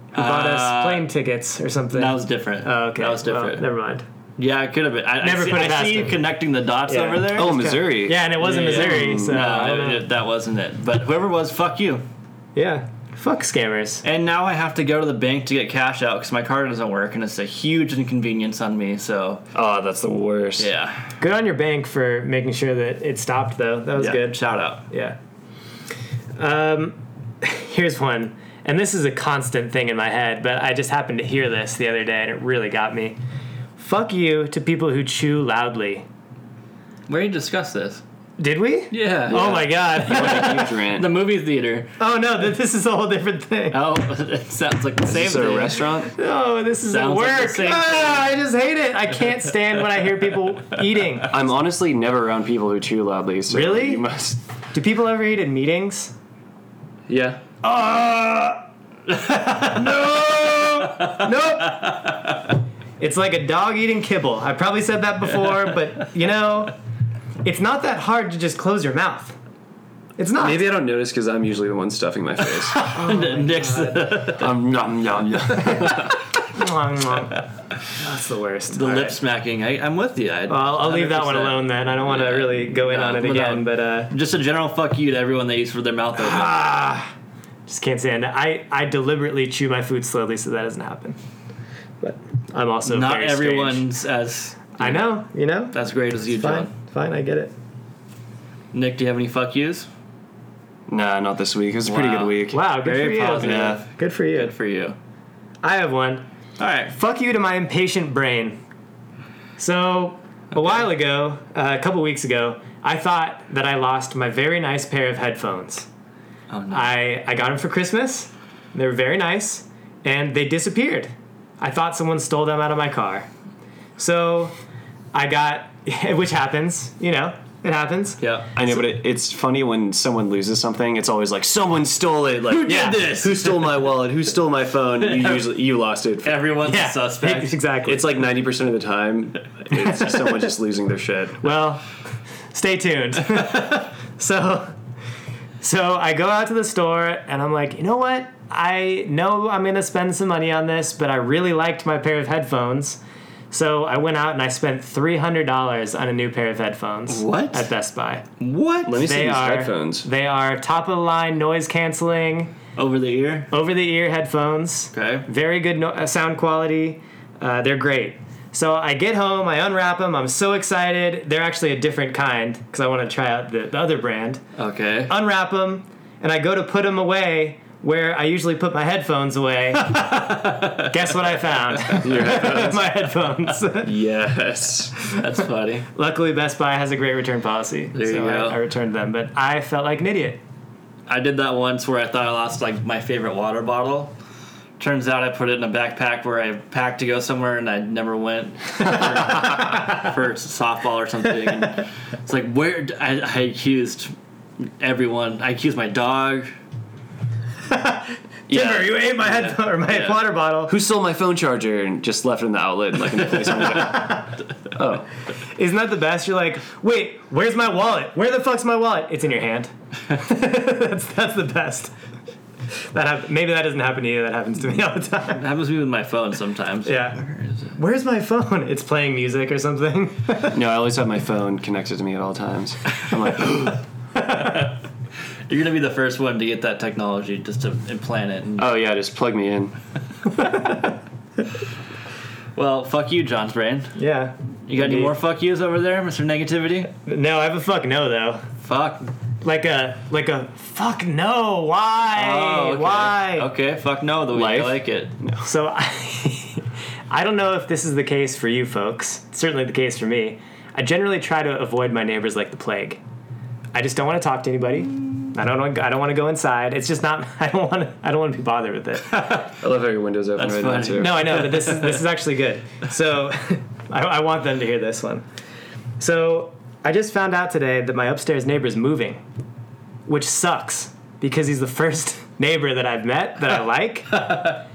who bought us Uh, plane tickets or something? That was different. oh, okay. That was Well, different. never mind. yeah, it could have been. I, Never I see, put it I past see you them. connecting the dots Yeah. over there. Oh, Missouri. Yeah, and it was in Yeah. Missouri, so I no, don't know. it- that wasn't it. But whoever was, fuck you. yeah. Fuck scammers. And now I have to go to the bank to get cash out because my card doesn't work, and it's a huge inconvenience on me. So Oh, that's the worst. yeah, Good on your bank for making sure that it stopped, though. That was yeah. good. Shout out. Yeah. Um, here's one, and this is a constant thing in my head, but I just happened to hear this the other day, and it really got me. Fuck you to people who chew loudly. We already discussed this. Did we? Yeah. Oh my god. Huge rant. The movie theater. oh no, th- this is a whole different thing. Oh, it sounds like the same Is there a thing. restaurant? No, this is at Sounds like the work. same Ah, I just hate it. I can't stand when I hear people eating. I'm honestly never around people who chew loudly. So Really? You must. Do people ever eat in meetings? Yeah. no, nope. It's like a dog eating kibble. I probably said that before, but you know, it's not that hard to just close your mouth. It's not. Maybe I don't notice because I'm usually the one stuffing my face. Next. um, nom, nom, nom. Mwah, mwah. That's the worst. The All lip right. smacking. I, I'm with you. I, Well, I'll leave that one 100%. alone then. I don't want to Yeah. really go in No, on it no. again, but uh, Just a general fuck you to everyone that uses for their mouth open. ah, just can't stand it. I, I deliberately chew my food slowly so that doesn't happen. But I'm also Not very strange. everyone's as I know. You know. as great as you, Fine. John. Fine. I get it. Nick, do you have any fuck yous? nah, not this week. It was a pretty Wow. good week. Wow. Good Very for you. positive. Yeah. Good for you. Good for you. I have one. All right. Fuck you to my impatient brain. So, a while ago, uh, a couple weeks ago, I thought that I lost my very nice pair of headphones. Oh no. I, I got them for Christmas. They were very nice, and they disappeared. I thought someone stole them out of my car. So, I got, which happens, you know, it happens. yeah. I know, but it, it's funny when someone loses something. It's always like someone stole it. Like who did this? Who stole my wallet? Who stole my phone? You usually you lost it. Everyone's Yeah, a suspect. Exactly. It's like ninety percent of the time, it's just someone just losing their shit. Well, stay tuned. so, so I go out to the store and I'm like, you know what? I know I'm gonna spend some money on this, but I really liked my pair of headphones. So I went out and I spent three hundred dollars on a new pair of headphones. What? At Best Buy. What? Let me see They these are headphones. They are top of the line noise canceling, Over the ear. over the ear headphones. Okay. Very good no- uh, sound quality. Uh, they're great. So I get home, I unwrap them. I'm so excited. They're actually a different kind because I want to try out the, the other brand. Okay. Unwrap them, and I go to put them away where I usually put my headphones away. Guess what I found? Your headphones. my headphones. yes. That's funny. Luckily, Best Buy has a great return policy. There so you I- go. I returned them, but I felt like an idiot. I did that once where I thought I lost like my favorite water bottle. Turns out I put it in a backpack where I packed to go somewhere and I never went for, for softball or something. And it's like where d- I, I accused everyone. I accused my dog. Timber, you ate my head or my Yeah. water bottle. Who stole my phone charger and just left it in the outlet, like in the place? I'm like, oh, Isn't that the best? You're like, wait, where's my wallet? Where the fuck's my wallet? It's in your hand. that's, that's the best. That hap- maybe that doesn't happen to you. That happens to me all the time. It happens to me with my phone sometimes. Yeah. Where's my phone? It's playing music or something. no! I always have my phone connected to me at all times. I'm like, You're gonna be the first one to get that technology just to implant it. And, oh yeah, just plug me in. well, fuck you, John's brain. Yeah. You got any Indeed. more fuck yous over there, Mr. Negativity? No, I have a fuck no though. Fuck. Like a like a fuck no. Why? Oh, okay. Why? Okay, fuck no. The way Life? I like it. So I, I don't know if this is the case for you folks. It's certainly the case for me. I generally try to avoid my neighbors like the plague. I just don't want to talk to anybody. I don't. want- I don't want to go inside. It's just not. I don't want. To, I don't want to be bothered with it. I love how your window's open That's right now funny. too. No, I know, but this is this is actually good. So, I, I want them to hear this one. So, I just found out today that my upstairs neighbor's moving, which sucks because he's the first neighbor that I've met that I like.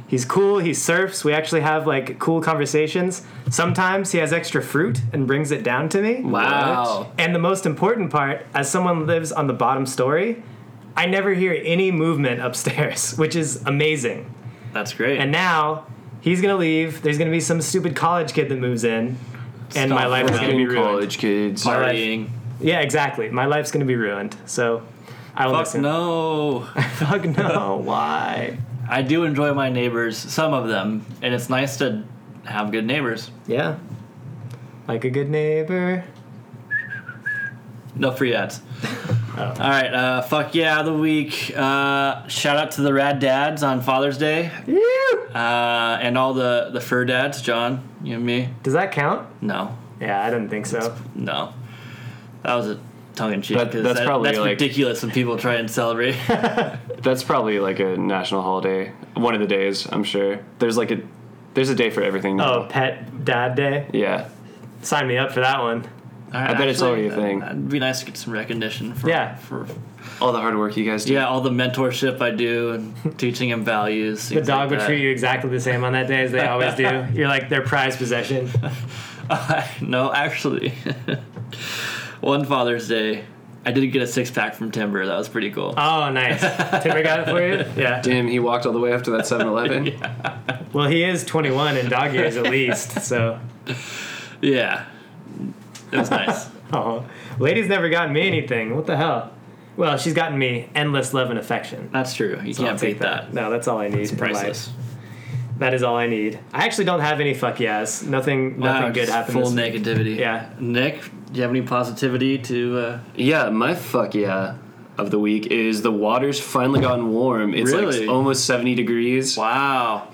he's cool. He surfs. We actually have like cool conversations. Sometimes he has extra fruit and brings it down to me. Wow. And the most important part, as someone lives on the bottom story, I never hear any movement upstairs, which is amazing. That's great. And now he's gonna leave. There's gonna be some stupid college kid that moves in, and my Stop life is working gonna be ruined. college kids. life. partying. Yeah, exactly. My life's gonna be ruined. So I will miss Fuck him. no. Fuck no. Why? I do enjoy my neighbors, some of them, and it's nice to have good neighbors. Yeah. Like a good neighbor. No free ads. Oh. All right, uh, fuck yeah of the week. Uh, shout out to the rad dads on Father's Day, uh, and all the the fur dads, John, you and me. Does that count? No, Yeah, I didn't think so. no, that was a tongue in cheek. That- that's probably, that's like- ridiculous when people try and celebrate. That's probably like a national holiday. One of the days, I'm sure. There's like a, there's a day for everything. Oh, Now. pet dad day. Yeah. Sign me up for that one. I uh, bet it's already a thing. It'd be nice to get some recognition for Yeah. for All the hard work you guys do. yeah all the mentorship I do and teaching him values. The dog would treat you exactly the same on that day as they always do. You're like their prized possession. no, actually, one Father's Day, I did get a six pack from Timber. That was pretty cool. Oh, nice. Timber got it for you? Yeah. Damn, he walked all the way up to that 7-Eleven. Well, he is 21 in dog years at least, so. Yeah, it was nice. Oh, lady's never gotten me anything. What the hell? Well, she's gotten me endless love and affection. That's true. You I'll can't take beat that. No, that's all I need. It's Priceless. That is all I need. I actually don't have any fuck yes. Nothing. Wow, Nothing good just happened. Full this week. negativity. Yeah. Nick, do you have any positivity to? Uh, Yeah, my fuck yeah of the week is the water's finally gotten warm. It's Really? like almost 70 degrees. wow.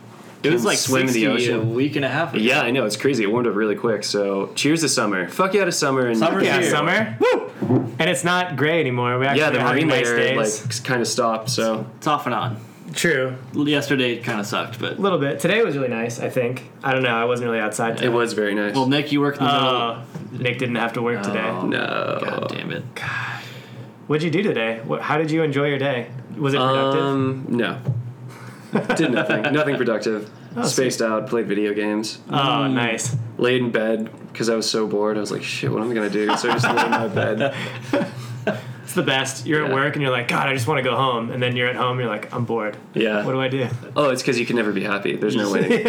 It was Can like swim in the 60 a ocean. week and a half. Ago. Yeah, I know. It's crazy. It warmed up really quick. So cheers to summer. Fuck yeah to summer. And Summer's Yeah, here. summer. And it's not gray anymore. We actually Yeah, the are having marine nice layer days. like kind of stopped. So It's off and on. True. Yesterday kind of sucked, but A little bit. Today was really nice. I think. I don't know. I wasn't really outside. it Today. was very nice. well, Nick, you worked in the middle. Uh, Nick didn't have to work today. Oh, no. God damn it. What'd you do today? What, how did you enjoy your day? Was it productive? Um, no. Did nothing. nothing productive. Spaced out. Played video games. oh, hmm. nice. laid in bed because I was so bored. I was like, shit, what am I gonna do? So I just laid in my bed. It's the best. You're at Yeah. work and you're like, God, I just want to go home. And then you're at home and you're like, I'm bored. Yeah. What do I do? oh, it's because you can never be happy. There's no way.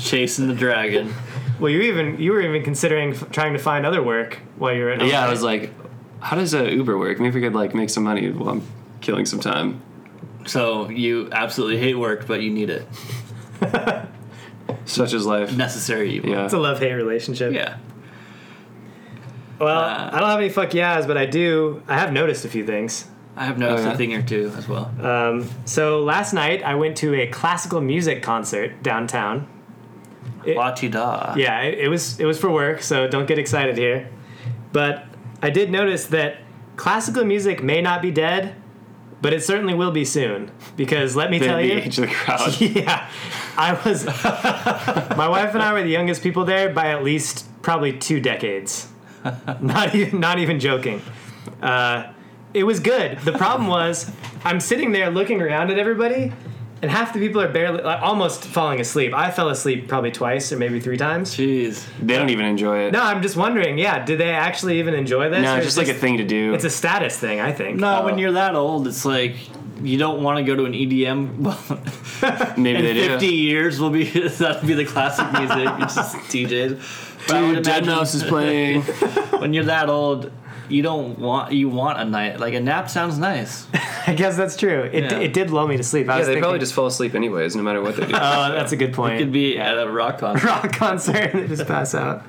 Chasing the dragon. Well, you even you were even considering f- trying to find other work while you're at home. yeah, I was like, how does uh, Uber work? Maybe we could like make some money while I'm killing some time. So you absolutely hate work, but you need it. Such is life. Necessary evil. Yeah. It's a love hate relationship. Yeah. Well, Uh, I don't have any fuck yeahs, but I do. I have noticed a few things. I have noticed Oh, yeah? a thing or two as well. Um, so last night I went to a classical music concert downtown. it- La ti da. Yeah, it, it was it was for work, so don't get excited here. But I did notice that classical music may not be dead, but it certainly will be soon. Because let me the, tell the you, age of the crowd. yeah, I was. my wife and I were the youngest people there by at least probably two decades. Not even, not even joking. Uh, it was good. The problem was, I'm sitting there looking around at everybody, and half the people are barely, like, almost falling asleep. I fell asleep probably twice or maybe three times. Jeez. They don't even enjoy it. No, I'm just wondering. Yeah, did they actually even enjoy this? No, or it's just like a thing to do. It's a status thing, I think. No, Oh. when you're that old, it's like you don't want to go to an EDM. Well, Maybe in they do. 50 years will be that'll be the classic music. It's just DJs. But I would Dude, imagine Deadmau5 is playing. When you're that old, you don't want you want a night like a nap sounds nice. I guess that's true. It, Yeah. it did lull me to sleep. I yeah, was they thinking, probably just fall asleep anyways, no matter what they do. Oh, that's a good point. Could be at a rock concert. rock concert and just pass out.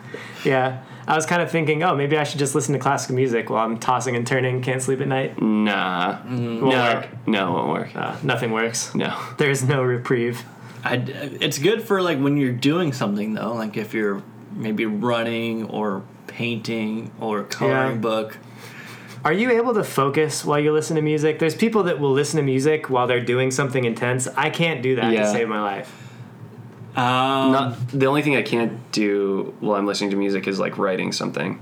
Yeah. I was kind of thinking, oh, maybe I should just listen to classical music while I'm tossing and turning, can't sleep at night. nah. Mm. no. work. No, it won't work. Uh, nothing works. no. There's no reprieve. I, it's good for like when you're doing something though, like if you're maybe running or painting or coloring Yeah. book. Are you able to focus while you listen to music? There's people that will listen to music while they're doing something intense. I can't do that to Yeah. save my life. Um, Not the only thing I can't do while I'm listening to music is like writing something.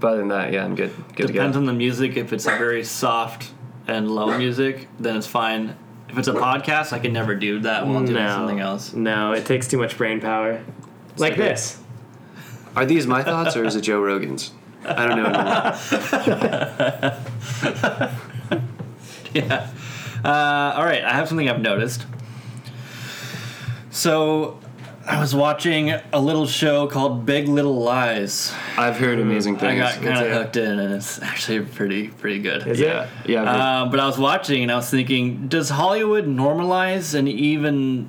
But other than that, yeah, I'm good. Good depends to on the music. If it's a very soft and low music, then it's fine. If it's a podcast, I can never do that while doing no. something else. No, it takes too much brain power. Like okay. this. go. Are these my thoughts or is it Joe Rogan's? I don't know. anymore. yeah. Uh, all right, I have something I've noticed. So, I was watching a little show called Big Little Lies. I've heard amazing I things. got kind it. of hooked in, and it's actually pretty pretty good. Is yeah, yeah. I've heard- Uh, but I was watching, and I was thinking, does Hollywood normalize and even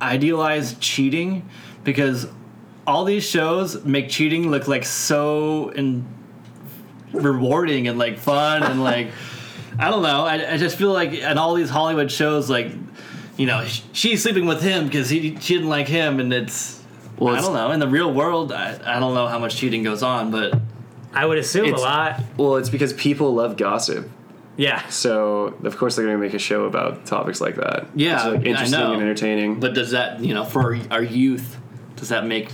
idealize cheating? Because all these shows make cheating look like so in- rewarding and like fun and like I don't know. I, I just feel like at all these Hollywood shows, like you know, sh- she's sleeping with him because he she didn't like him, and it's. Well, I it's- don't know. In the real world, I, I don't know how much cheating goes on, but it? I would assume a It's- lot. well, it's because people love gossip, Yeah. so of course they're going to make a show about topics like that. Yeah, It's, like, I interesting know. and entertaining. But does that, you know, for our youth, does that make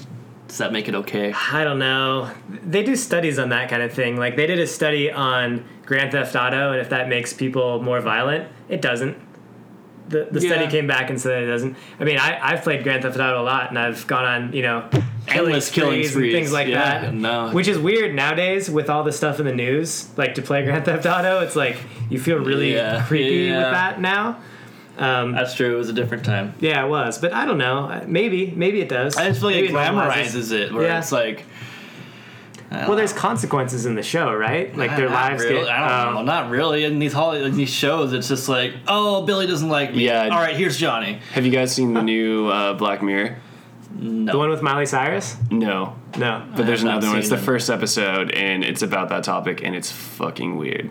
does that make it okay? I don't know. They do studies on that kind of thing. Like they did a study on Grand Theft Auto and if that makes people more violent. It doesn't. The, the study Yeah. came back and said it doesn't. I mean, I, I've played Grand Theft Auto a lot and I've gone on, you know, Endless killing and sprees. things like Yeah, that. no. Which is weird nowadays with all the stuff in the news. Like to play Grand Theft Auto, it's like you feel really Yeah, creepy yeah. with that now. Um, That's true. It was a different time. yeah, it was. But I don't know. Maybe. Maybe it does. I just feel like Maybe it normalizes. glamorizes it, where Yeah. it's like. Well, there's consequences in the show, right? Like their Uh-huh. not lives really, get. I don't um, know. Not really. In these Hollywood, these shows, it's just like, oh, Billy doesn't like me. Yeah. All right, here's Johnny. Have you guys seen the new uh, Black Mirror? The one with Miley Cyrus? No, No. but there's have not another one. seen It's the it. first episode, and it's about that topic, and it's fucking weird.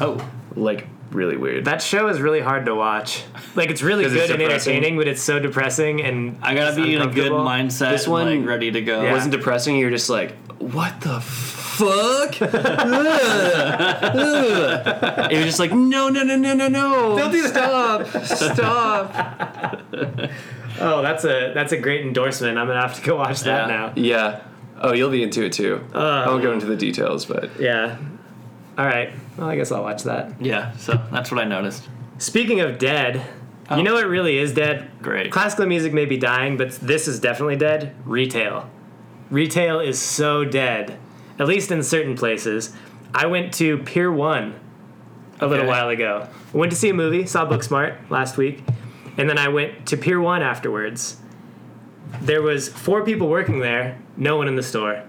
Oh, Like really weird. That show is really hard to watch. Like it's really 'Cause it's good and depressing. entertaining, but it's so depressing and I gotta just be in a good uncomfortable. mindset. This This one- one, like, ready to go. It wasn't depressing. You're just like, what the fuck? Ugh. Ugh. it was just like, no, no, no, no, no, no. Don't do that. Stop. Stop. Oh, that's a that's a great endorsement. I'm gonna have to go watch that Yeah. now. yeah. Oh, you'll be into it too. Uh, I won't go into the details, but Yeah. All right. Well, I guess I'll watch that. Yeah. So that's what I noticed. Speaking of dead, Oh. you know what really is dead? Great. Classical music may be dying, but this is definitely dead. Retail. Retail is so dead, at least in certain places. I went to Pier 1 a little Okay. while ago. I went to see a movie, saw Booksmart last week, and then I went to Pier 1 afterwards. There was four people working there, no one in the store.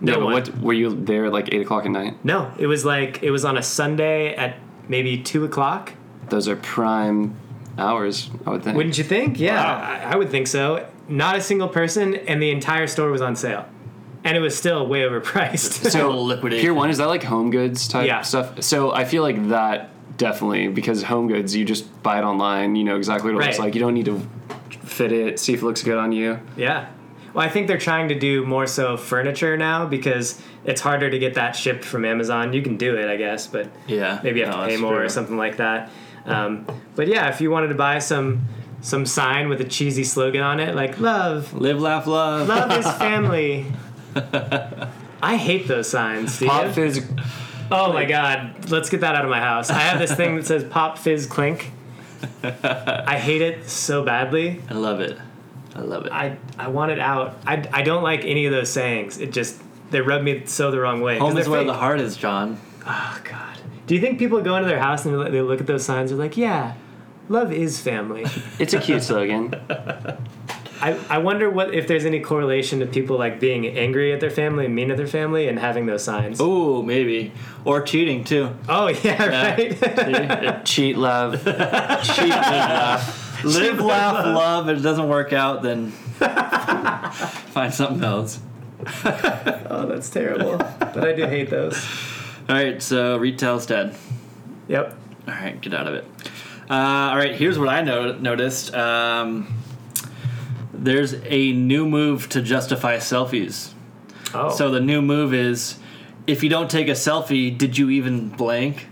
No yeah. But one. what were you there at like eight o'clock at night? No, it was like it was on a Sunday at maybe 2 o'clock. Those are prime hours, I would think. Wouldn't you think? Yeah, Wow. I, I would think so. Not a single person, and the entire store was on sale, and it was still way overpriced. so Total liquidation. Pier one is that like home goods type Yeah. stuff? So I feel like that definitely because home goods you just buy it online, you know exactly what it looks Right. like. You don't need to fit it, see if it looks good on you. yeah. Well, I think they're trying to do more so furniture now because it's harder to get that shipped from Amazon. You can do it, I guess, but Yeah. maybe you have No, to pay that's more or true. something like that. Um, but yeah, if you wanted to buy some some sign with a cheesy slogan on it like "Love, Live, laugh, love. love is family." I hate those signs. Steve. Pop fizz Oh my god, let's get that out of my house. I have this thing that says pop fizz clink. I hate it so badly. I love it. I love it. I, I want it out. I, I don't like any of those sayings. It just, they rub me so the wrong way. 'cause Home is they're where fake. the heart is, John. Oh, God. Do you think people go into their house and they look- they look at those signs and are like, yeah, love is family? It's a cute slogan. I, I wonder what if there's any correlation to people like being angry at their family and mean at their family and having those signs. Oh, Ooh, maybe. Or cheating too. yeah, right. Cheat love. Cheat love. uh, Live, laugh, love. If it doesn't work out, then find something else. oh, that's terrible. But I do hate those. All right, so retail's dead. Yep. All right, get out of it. Uh, all right, here's what I no- noticed. Um, there's a new move to justify selfies. Oh. So the new move is, if you don't take a selfie, did you even blank?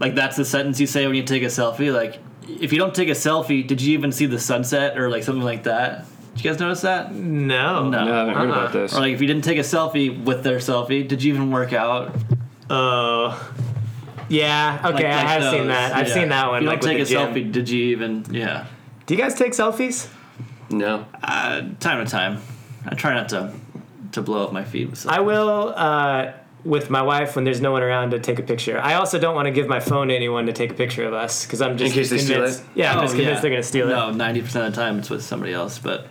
Like that's the sentence you say when you take a selfie. Like, if you don't take a selfie, did you even see the sunset or like something like that? Did you guys notice that? no. No, I haven't heard Uh-uh. about this. Or like if you didn't take a selfie with their selfie, did you even work out? Oh. yeah. Okay, Like, I like have seen those. that. I've Yeah. seen that one. If you like don't take a with the gym. selfie, did you even? Yeah. Do you guys take selfies? No. Uh, time to time, I try not to to blow up my feed with selfies. I will uh, with my wife when there's no one around to take a picture. I also don't want to give my phone to anyone to take a picture of us because I'm just case they convinced. steal it? Yeah, I'm Oh, just convinced yeah. they're gonna steal it. No, ninety percent of the time it's with somebody else. But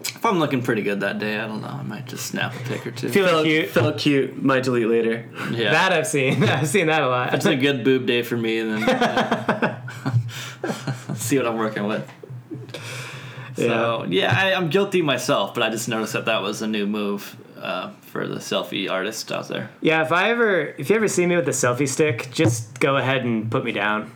if I'm looking pretty good that day, I don't know. I might just snap a pic or two. Feel cute. Felt cute. Might delete later. yeah. That I've seen. I've seen that a lot. it's a good boob day for me, and then Let's see what I'm working with. So yeah, I, I'm guilty myself, but I just noticed that that was a new move uh, for the selfie artists out there. Yeah, if I ever if you ever see me with a selfie stick, just go ahead and put me down.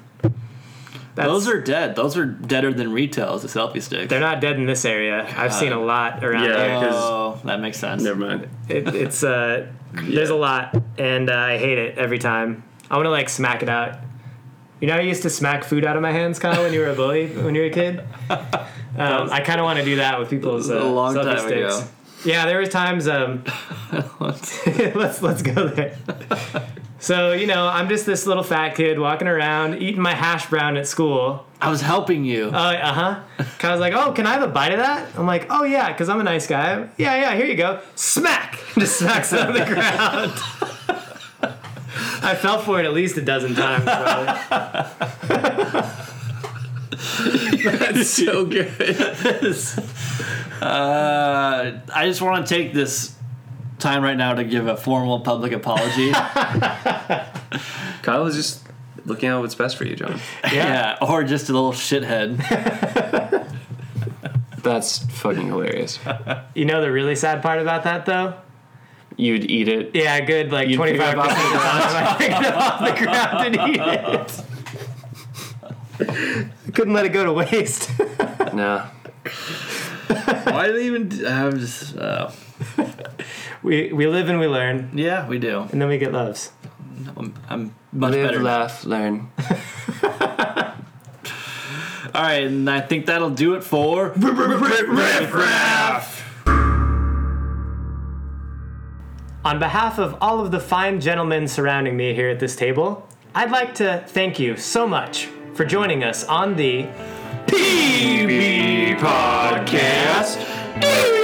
That's, Those are dead. Those are deader than retail as a selfie stick. they're not dead in this area. I've seen a lot around Yeah. here. oh, that makes sense. Never mind. It, it's uh, there's a lot, and uh, I hate it every time. I want to like smack it out. You know, I used to smack food out of my hands, Kyle, when you were a bully, when you were a kid. Um, I kind of want to do that with people's uh, A long selfie time sticks. ago. Yeah, there was times. Um, let's let's go there. So you know, I'm just this little fat kid walking around eating my hash brown at school. I was helping you. Uh huh. Kyle's like, "Oh, can I have a bite of that?" I'm like, "Oh yeah," because I'm a nice guy. Yeah, yeah. Here you go. Smack! Just smacks it on the ground. I fell for it at least a dozen times. Probably. That's so good. Uh, I just want to take this time right now to give a formal public apology. yeah. Kyle is just looking out what's best for you, John. or just a little shithead. That's fucking hilarious. You know the really sad part about that though? You'd eat it. Yeah, good. Like You'd pick 25 it up percent of the off the time, I picked it off the ground and eat it. Couldn't let it go to waste. No. Why do they even? I'm just. Uh, we we live and we learn, yeah, we do. and then we get loves. I'm, I'm much Live, better. laugh, learn. All right, and I think that'll do it for. On behalf of all of the fine gentlemen surrounding me here at this table, I'd like to thank you so much for joining us on the PB Podcast.